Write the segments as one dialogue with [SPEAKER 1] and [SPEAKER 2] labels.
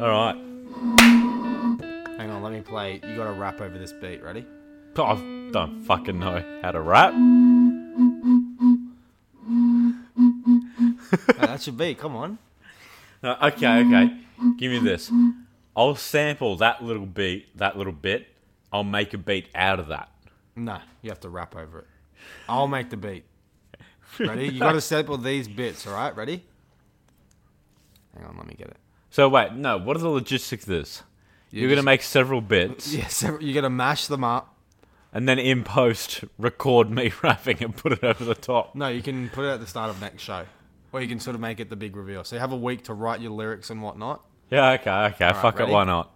[SPEAKER 1] All right.
[SPEAKER 2] Hang on, let me play. You got to rap over this beat. Ready?
[SPEAKER 1] Oh, I don't fucking know how to rap.
[SPEAKER 2] No, that should be. Come on.
[SPEAKER 1] No, okay, okay. Give me this. I'll sample that little beat, that little bit. I'll make a beat out of that.
[SPEAKER 2] No, you have to rap over it. I'll make the beat. Ready? You got to sample these bits. All right? Ready? Hang on, let me get it.
[SPEAKER 1] So wait, no. What are the logistics of this? You're, gonna
[SPEAKER 2] just-
[SPEAKER 1] make several bits
[SPEAKER 2] Yeah, so you got to mash them up.
[SPEAKER 1] and then in post record me rapping and put it over the top.
[SPEAKER 2] No, you can put it at the start of next show, or you can sort of make it the big reveal. So you have a week to write your lyrics and whatnot.
[SPEAKER 1] Yeah, okay, okay. fuck
[SPEAKER 2] ready?
[SPEAKER 1] it, why not?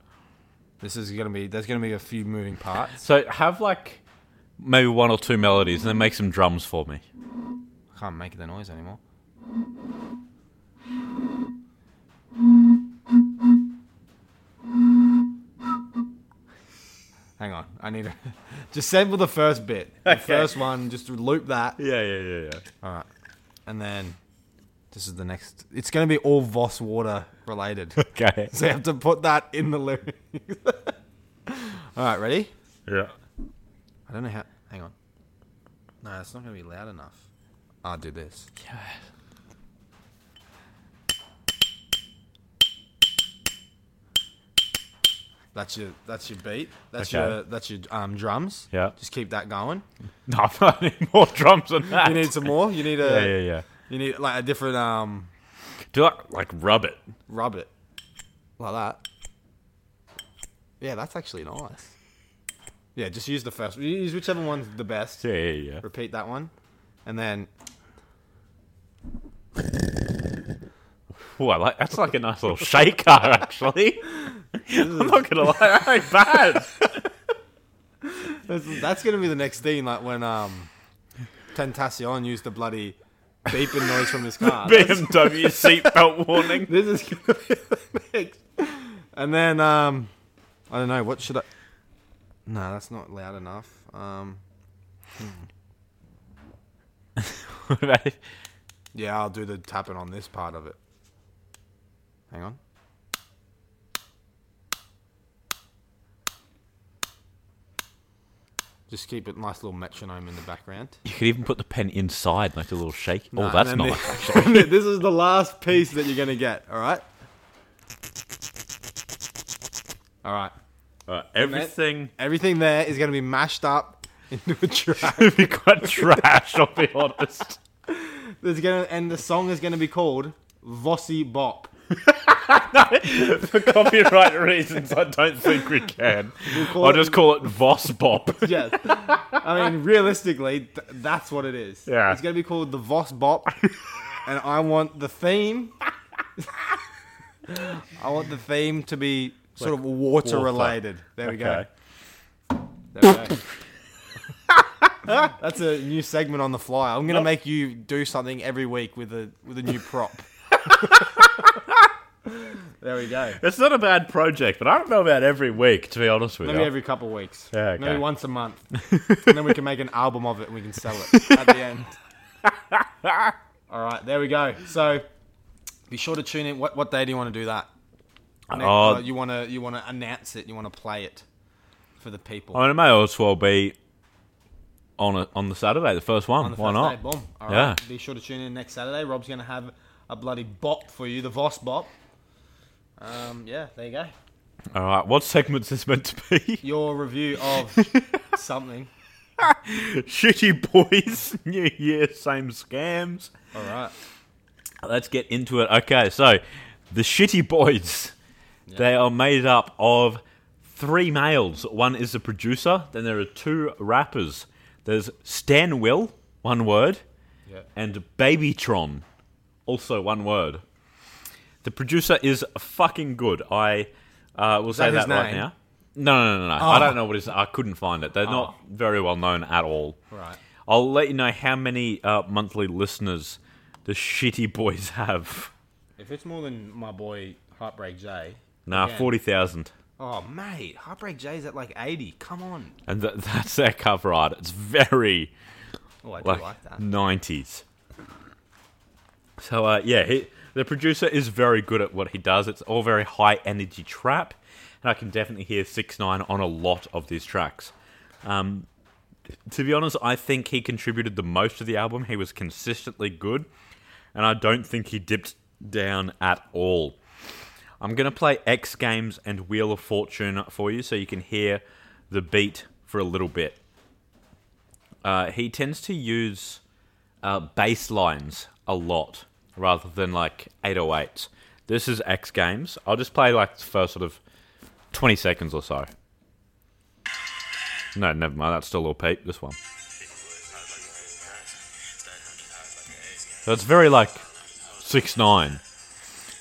[SPEAKER 2] This is gonna be. There's gonna be a few moving parts.
[SPEAKER 1] So have like maybe one or two melodies and then make some drums for me.
[SPEAKER 2] I can't make the noise anymore. Hang on, I need to just sample the first bit, the first one. Just loop that,
[SPEAKER 1] Yeah, yeah, yeah, yeah.
[SPEAKER 2] and then this is the next. It's gonna be all Voss water related.
[SPEAKER 1] Okay.
[SPEAKER 2] So you have to put that in the lyrics. All right, ready?
[SPEAKER 1] Yeah.
[SPEAKER 2] I don't know how. Hang on. No, it's not going to be loud enough. I'll do this. That's your that's your beat. That's
[SPEAKER 1] Okay.
[SPEAKER 2] your that's your um, drums.
[SPEAKER 1] Yeah.
[SPEAKER 2] Just keep that going.
[SPEAKER 1] No, I need more drums than that.
[SPEAKER 2] You need uh, some more. You need a
[SPEAKER 1] Yeah, yeah, yeah.
[SPEAKER 2] you need like a different um
[SPEAKER 1] Do I like rub it?
[SPEAKER 2] rub it like that. Yeah, that's actually nice. Yeah, just use the first. Use whichever one's the best.
[SPEAKER 1] Yeah, yeah, yeah.
[SPEAKER 2] Repeat that one, and then
[SPEAKER 1] Oh, I like that's like a nice little shaker actually. I'm not gonna lie, that ain't bad.
[SPEAKER 2] That's, that's gonna be the next thing, like when um, Tentacion used the bloody beeping noise from his car.
[SPEAKER 1] BMW seatbelt warning.
[SPEAKER 2] this is gonna be the next. And then um, I don't know what should I. No, that's not loud enough. Um,
[SPEAKER 1] What about if-
[SPEAKER 2] yeah, I'll do the tapping on this part of it. Hang on. Just keep it nice little metronome in the background.
[SPEAKER 1] you could even put the pen inside, like a little shake.
[SPEAKER 2] Nah,
[SPEAKER 1] oh, that's
[SPEAKER 2] and then
[SPEAKER 1] nice.
[SPEAKER 2] the- this is the last piece that you're gonna get. All right. All right.
[SPEAKER 1] Alright, everything
[SPEAKER 2] Everything there is gonna be mashed up into a track.
[SPEAKER 1] would be quite trash. I'll be honest.
[SPEAKER 2] There's gonna and the song is gonna be called Vossi Bop.
[SPEAKER 1] For copyright reasons, I don't think we can.
[SPEAKER 2] call
[SPEAKER 1] I'll
[SPEAKER 2] it-
[SPEAKER 1] just call it Voss Bop.
[SPEAKER 2] Yes. I mean, realistically, th- that's what it is.
[SPEAKER 1] Yeah.
[SPEAKER 2] It's gonna be called the Voss Bop, and I want the theme. I want the theme to be sort of water,
[SPEAKER 1] water.
[SPEAKER 2] related. There we go.
[SPEAKER 1] Okay.
[SPEAKER 2] There we go. That's a new segment on the fly. I'm gonna make you do something every week with a with a new prop. there we go.
[SPEAKER 1] It's not a bad project, but I don't know about every week, to be honest with
[SPEAKER 2] Maybe
[SPEAKER 1] you.
[SPEAKER 2] every couple of weeks.
[SPEAKER 1] Yeah, okay.
[SPEAKER 2] Maybe once a month. and then we can make an album of it and we can sell it at the end. All right, there we go. So be sure to tune in. What what day do you want to do that? Nick,
[SPEAKER 1] Oh.
[SPEAKER 2] uh, you want to you want to announce it. You want to play it for the people.
[SPEAKER 1] I mean, it may as well be on a, on the Saturday, the first one.
[SPEAKER 2] on the
[SPEAKER 1] Why
[SPEAKER 2] first
[SPEAKER 1] not?
[SPEAKER 2] day. Boom. All right.
[SPEAKER 1] Yeah.
[SPEAKER 2] Be sure to tune in next Saturday. Rob's going to have a bloody bop for you, the Voss bop. Um, yeah, there you go.
[SPEAKER 1] All right, what segment's this meant to be?
[SPEAKER 2] Your review of something.
[SPEAKER 1] Shitty boys, New Year, same scams.
[SPEAKER 2] All right.
[SPEAKER 1] Let's get into it. Okay, so the Shitty Boys, they are made up of three males. One is the producer. Then there are two rappers. There's Stan Will, one word,
[SPEAKER 2] Yeah.
[SPEAKER 1] and Babytron, also one word. The producer is fucking good. I uh, will say
[SPEAKER 2] that his
[SPEAKER 1] that right
[SPEAKER 2] name?
[SPEAKER 1] now. No, no, no, no. no. I
[SPEAKER 2] Oh.
[SPEAKER 1] don't know what his. I couldn't find it. They're not very well known at all.
[SPEAKER 2] Right.
[SPEAKER 1] I'll let you know how many uh, monthly listeners the Shitty Boys have.
[SPEAKER 2] If it's more than my boy Heartbreak J.
[SPEAKER 1] Nah,
[SPEAKER 2] Again.
[SPEAKER 1] forty thousand,
[SPEAKER 2] Oh, mate. Heartbreak J's at like 80. Come on.
[SPEAKER 1] and th- that's their cover art. It's very
[SPEAKER 2] Oh, I do like,
[SPEAKER 1] like
[SPEAKER 2] that.
[SPEAKER 1] nineties. So uh, yeah, he, The producer is very good at what he does. It's all very high energy trap, and I can definitely hear Six Nine on a lot of these tracks. Um, to be honest, I think he contributed the most to the album. He was consistently good, and I don't think he dipped down at all. I'm going to play X Games and Wheel of Fortune for you so you can hear the beat for a little bit. Uh, he tends to use uh, bass lines a lot rather than like 808s. This is X Games. I'll just play like the first sort of 20 seconds or so. No, never mind. That's still all Pete. This one. So it's very like six nine.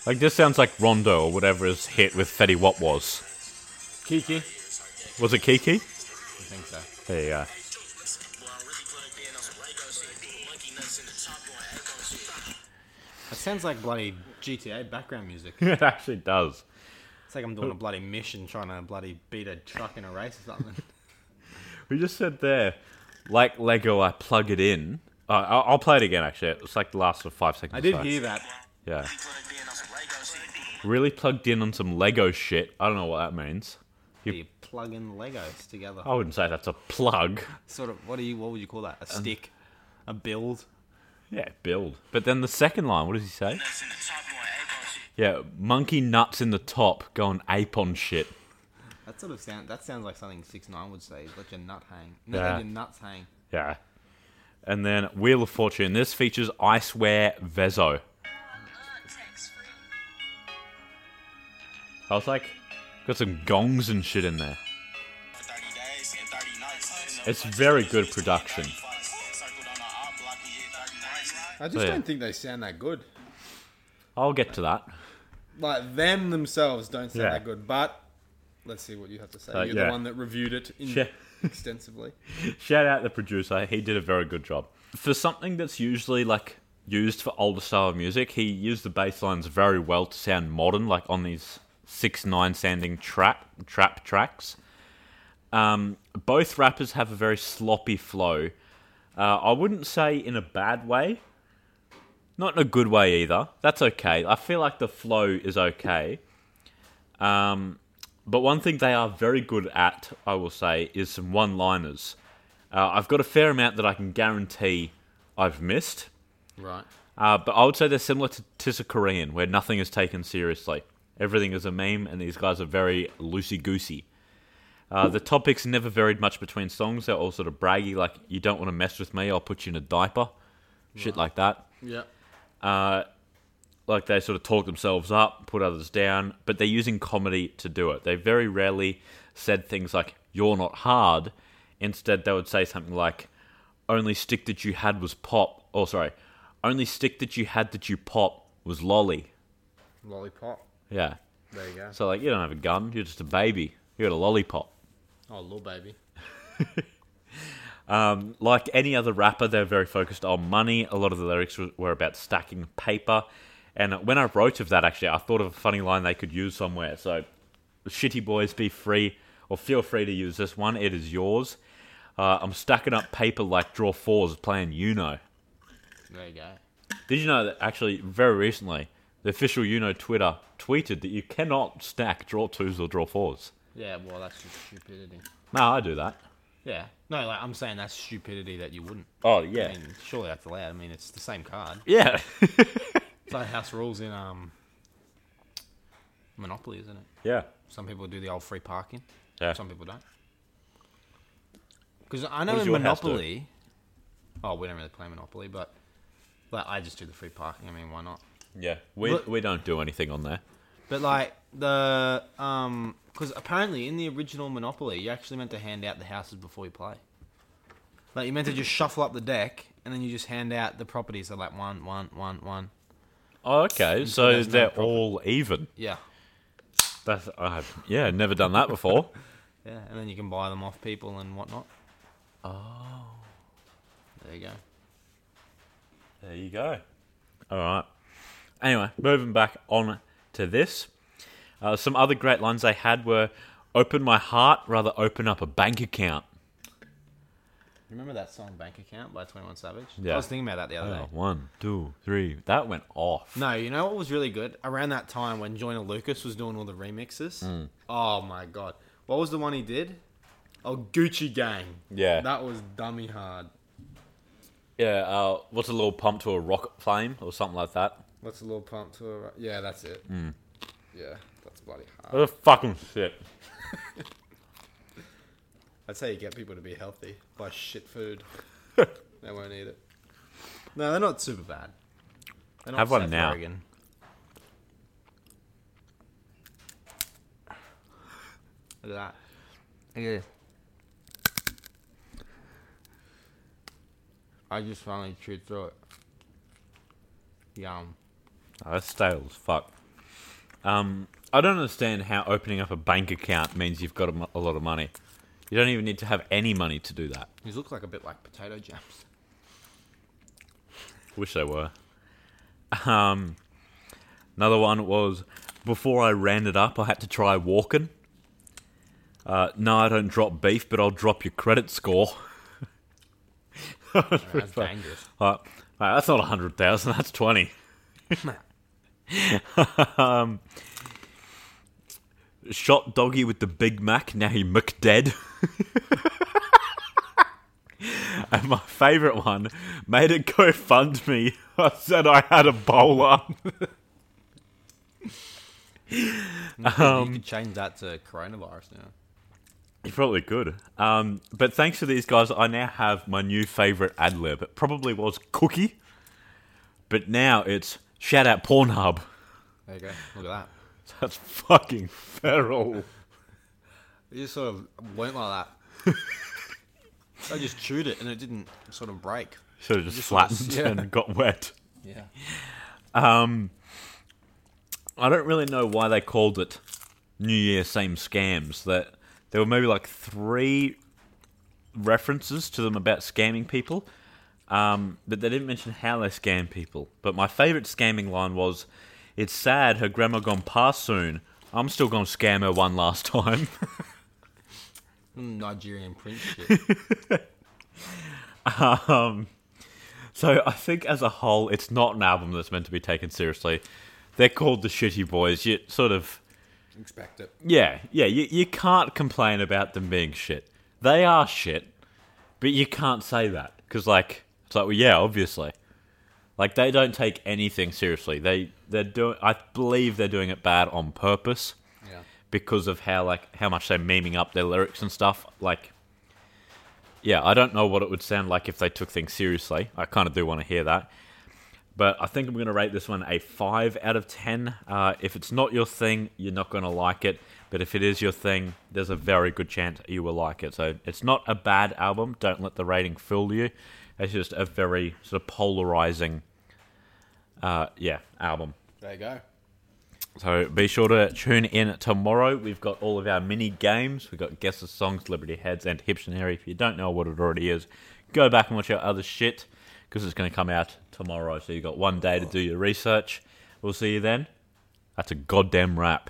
[SPEAKER 1] Like this sounds like Rondo or whatever his hit with Fetty Wap was.
[SPEAKER 2] Kiki.
[SPEAKER 1] Was it Kiki?
[SPEAKER 2] I think so.
[SPEAKER 1] There you go.
[SPEAKER 2] That sounds like bloody GTA background music.
[SPEAKER 1] it actually does.
[SPEAKER 2] It's like I'm doing a bloody mission trying to bloody beat a truck in a race or something.
[SPEAKER 1] We just said there, like Lego, I plug it in. Uh, I'll, I'll play it again. Actually, it's like the last sort of five seconds.
[SPEAKER 2] I
[SPEAKER 1] or
[SPEAKER 2] did
[SPEAKER 1] so.
[SPEAKER 2] hear that.
[SPEAKER 1] Yeah. Really plugged in on some Lego shit. I don't know what that means.
[SPEAKER 2] You plug in Legos together.
[SPEAKER 1] I wouldn't say that's a plug.
[SPEAKER 2] Sort of. What do you? What would you call that? A
[SPEAKER 1] Um,
[SPEAKER 2] stick, a build.
[SPEAKER 1] Yeah, build. But then the second line, what does he say? Yeah, monkey nuts in the top going ape on shit.
[SPEAKER 2] That sort of sound. That sounds like something Six Nine would say. Let your nut hang. No,
[SPEAKER 1] Yeah.
[SPEAKER 2] let your nuts hang.
[SPEAKER 1] Yeah. And then Wheel of Fortune. This features I Swear Vezo. I was like, got some gongs and shit in there.
[SPEAKER 3] It's very good production.
[SPEAKER 2] I just
[SPEAKER 1] So, Oh, yeah.
[SPEAKER 2] don't think they sound that good.
[SPEAKER 1] I'll get to that.
[SPEAKER 2] Like them themselves don't sound
[SPEAKER 1] Yeah.
[SPEAKER 2] that good. But let's see what you have to say.
[SPEAKER 1] Uh,
[SPEAKER 2] You're
[SPEAKER 1] yeah.
[SPEAKER 2] the one that reviewed it in
[SPEAKER 1] Sure.
[SPEAKER 2] extensively.
[SPEAKER 1] Shout out the producer. He did a very good job. For something that's usually like used for older style of music, he used the bass lines very well to sound modern, like on these six nine sounding trap trap tracks. Um, both rappers have a very sloppy flow. Uh, I wouldn't say in a bad way, not in a good way either. That's okay. I feel like the flow is okay. Um, but one thing they are very good at, I will say, is some one liners. Uh, I've got a fair amount that I can guarantee I've missed.
[SPEAKER 2] Right.
[SPEAKER 1] Uh, but I would say they're similar to Tissa Korean, where nothing is taken seriously. Everything is a meme, and these guys are very loosey goosey. Uh, the topics never varied much between songs. They're all sort of braggy, like, you don't want to mess with me, I'll put you in a diaper. Shit like that
[SPEAKER 2] Yeah.
[SPEAKER 1] like they sort of talk themselves up, put others down, but they're using comedy to do it. They very rarely said things like "you're not hard." Instead, they would say something like "only stick that you had was pop," or sorry, "only stick that you had that you pop was lolly."
[SPEAKER 2] Lollipop.
[SPEAKER 1] Yeah.
[SPEAKER 2] There you go.
[SPEAKER 1] So like, you don't have a gun. You're just a baby. You're a lollipop.
[SPEAKER 2] Oh, little baby.
[SPEAKER 1] like any other rapper, they're very focused on money. A lot of the lyrics were- were about stacking paper. And when I wrote of that, actually, I thought of a funny line they could use somewhere. So, shitty boys, be free, or feel free to use this one. It is yours. Uh, I'm stacking up paper like draw fours playing Uno.
[SPEAKER 2] There you go.
[SPEAKER 1] Did you know that actually, very recently, the official Uno Twitter tweeted that you cannot stack draw twos or draw fours?
[SPEAKER 2] Yeah. Well, that's just stupidity.
[SPEAKER 1] No, I do that.
[SPEAKER 2] Yeah. No, like I'm saying that's stupidity that you wouldn't.
[SPEAKER 1] Oh,
[SPEAKER 2] I
[SPEAKER 1] yeah.
[SPEAKER 2] mean, surely that's allowed. I mean, it's the same card.
[SPEAKER 1] Yeah.
[SPEAKER 2] It's like house rules in um Monopoly, isn't it?
[SPEAKER 1] yeah.
[SPEAKER 2] Some people do the old free parking.
[SPEAKER 1] Yeah.
[SPEAKER 2] Some people don't. Because I know
[SPEAKER 1] does
[SPEAKER 2] in
[SPEAKER 1] your house do?
[SPEAKER 2] Monopoly. Oh, we don't really play Monopoly, but like I just do the free parking. I mean, why not?
[SPEAKER 1] Yeah. We,
[SPEAKER 2] Look-
[SPEAKER 1] we don't do anything on there.
[SPEAKER 2] But like the um, because apparently in the original Monopoly, you're actually meant to hand out the houses before you play. Like you're meant to just shuffle up the deck, and then you just hand out the properties. So like one, one, one, one.
[SPEAKER 1] Oh, okay.
[SPEAKER 2] so
[SPEAKER 1] So
[SPEAKER 2] there's no
[SPEAKER 1] they're
[SPEAKER 2] profit.
[SPEAKER 1] all even.
[SPEAKER 2] Yeah,
[SPEAKER 1] That's I've yeah, never done that before.
[SPEAKER 2] yeah. And then you can buy them off people and whatnot. Oh. There you go.
[SPEAKER 1] there you go. All right. Anyway, moving back on to this. Uh, some other great lines they had were "Open my heart, rather open up a bank account."
[SPEAKER 2] Remember that song Bank Account by 21 Savage?
[SPEAKER 1] Yeah.
[SPEAKER 2] I was thinking about that the other
[SPEAKER 1] Oh,
[SPEAKER 2] day.
[SPEAKER 1] one, two, three. That went off.
[SPEAKER 2] No, you know what was really good? Around that time when Joyner Lucas was doing all the remixes. Oh my god. What was the one he did? Oh, Gucci Gang.
[SPEAKER 1] Yeah.
[SPEAKER 2] That was dummy hard.
[SPEAKER 1] Yeah, uh, what's a little pump to a rocket flame or something like that?
[SPEAKER 2] What's a little pump to a right? Yeah, that's it. Yeah, that's bloody hard.
[SPEAKER 1] That's fucking shit.
[SPEAKER 2] That's how you get people to be healthy by shit food. they won't eat it. No, they're not super bad. They're not
[SPEAKER 1] Have one
[SPEAKER 2] Seth
[SPEAKER 1] now.
[SPEAKER 2] Rogen. Look at that. Yeah. I just finally chewed through it. Yum.
[SPEAKER 1] Oh, that's stale as fuck. Um, I don't understand how opening up a bank account means you've got a, mo- a lot of money. You don't even need to have any money to do that.
[SPEAKER 2] These look like a bit like potato jams.
[SPEAKER 1] Wish they were. Um, another one was before I ran it up, I had to try walking. Uh, no, I don't drop beef, but I'll drop your credit score.
[SPEAKER 2] That's dangerous.
[SPEAKER 1] Uh, all right, that's not a hundred thousand. That's twenty. um, shot doggy with the Big Mac. Now he McDead. and my favourite one made it go fund me. I said I had a bowler.
[SPEAKER 2] you
[SPEAKER 1] Um,
[SPEAKER 2] could change that to coronavirus now.
[SPEAKER 1] you probably could. Um, but thanks to these guys, I now have my new favourite ad lib. It probably was Cookie, but now it's shout out Pornhub.
[SPEAKER 2] There you go. Look at that.
[SPEAKER 1] That's fucking feral.
[SPEAKER 2] It just sort of went like that. I just chewed it and it didn't sort of break.
[SPEAKER 1] Should have just,
[SPEAKER 2] wanna
[SPEAKER 1] flattened
[SPEAKER 2] see- yeah.
[SPEAKER 1] and got wet.
[SPEAKER 2] Yeah.
[SPEAKER 1] I don't really know why they called it New Year Same Scams. That there were maybe like three references to them about scamming people, um, but they didn't mention how they scam people. But my favourite scamming line was, "It's sad her grandma gone past soon. I'm still gonna scam her one last time."
[SPEAKER 2] Nigerian prince shit.
[SPEAKER 1] So I think as a whole, it's not an album that's meant to be taken seriously. They're called the Shitty Boys. You sort of
[SPEAKER 2] Expect it.
[SPEAKER 1] yeah, yeah. You you can't complain about them being shit. They are shit, but you can't say that because like it's like well yeah, obviously. Like they don't take anything seriously. They they're doing. I believe they're doing it bad on purpose
[SPEAKER 2] Yeah.
[SPEAKER 1] because of how like how much they're memeing up their lyrics and stuff. Like, yeah, I don't know what it would sound like if they took things seriously. I kind of do want to hear that, but I think I'm going to rate this one a five out of ten. Uh, if it's not your thing, you're not going to like it. But if it is your thing, there's a very good chance you will like it. So it's not a bad album. Don't let the rating fool you. It's just a very sort of polarizing, uh, yeah, album.
[SPEAKER 2] There you go.
[SPEAKER 1] So be sure to tune in tomorrow. We've got all of our mini games. We've got Guess the Song, Celebrity Heads, and Hiptionary. If you don't know what it already is, go back and watch our other shit because it's going to come out tomorrow. So you've got one day to do your research. We'll see you then. That's a goddamn wrap.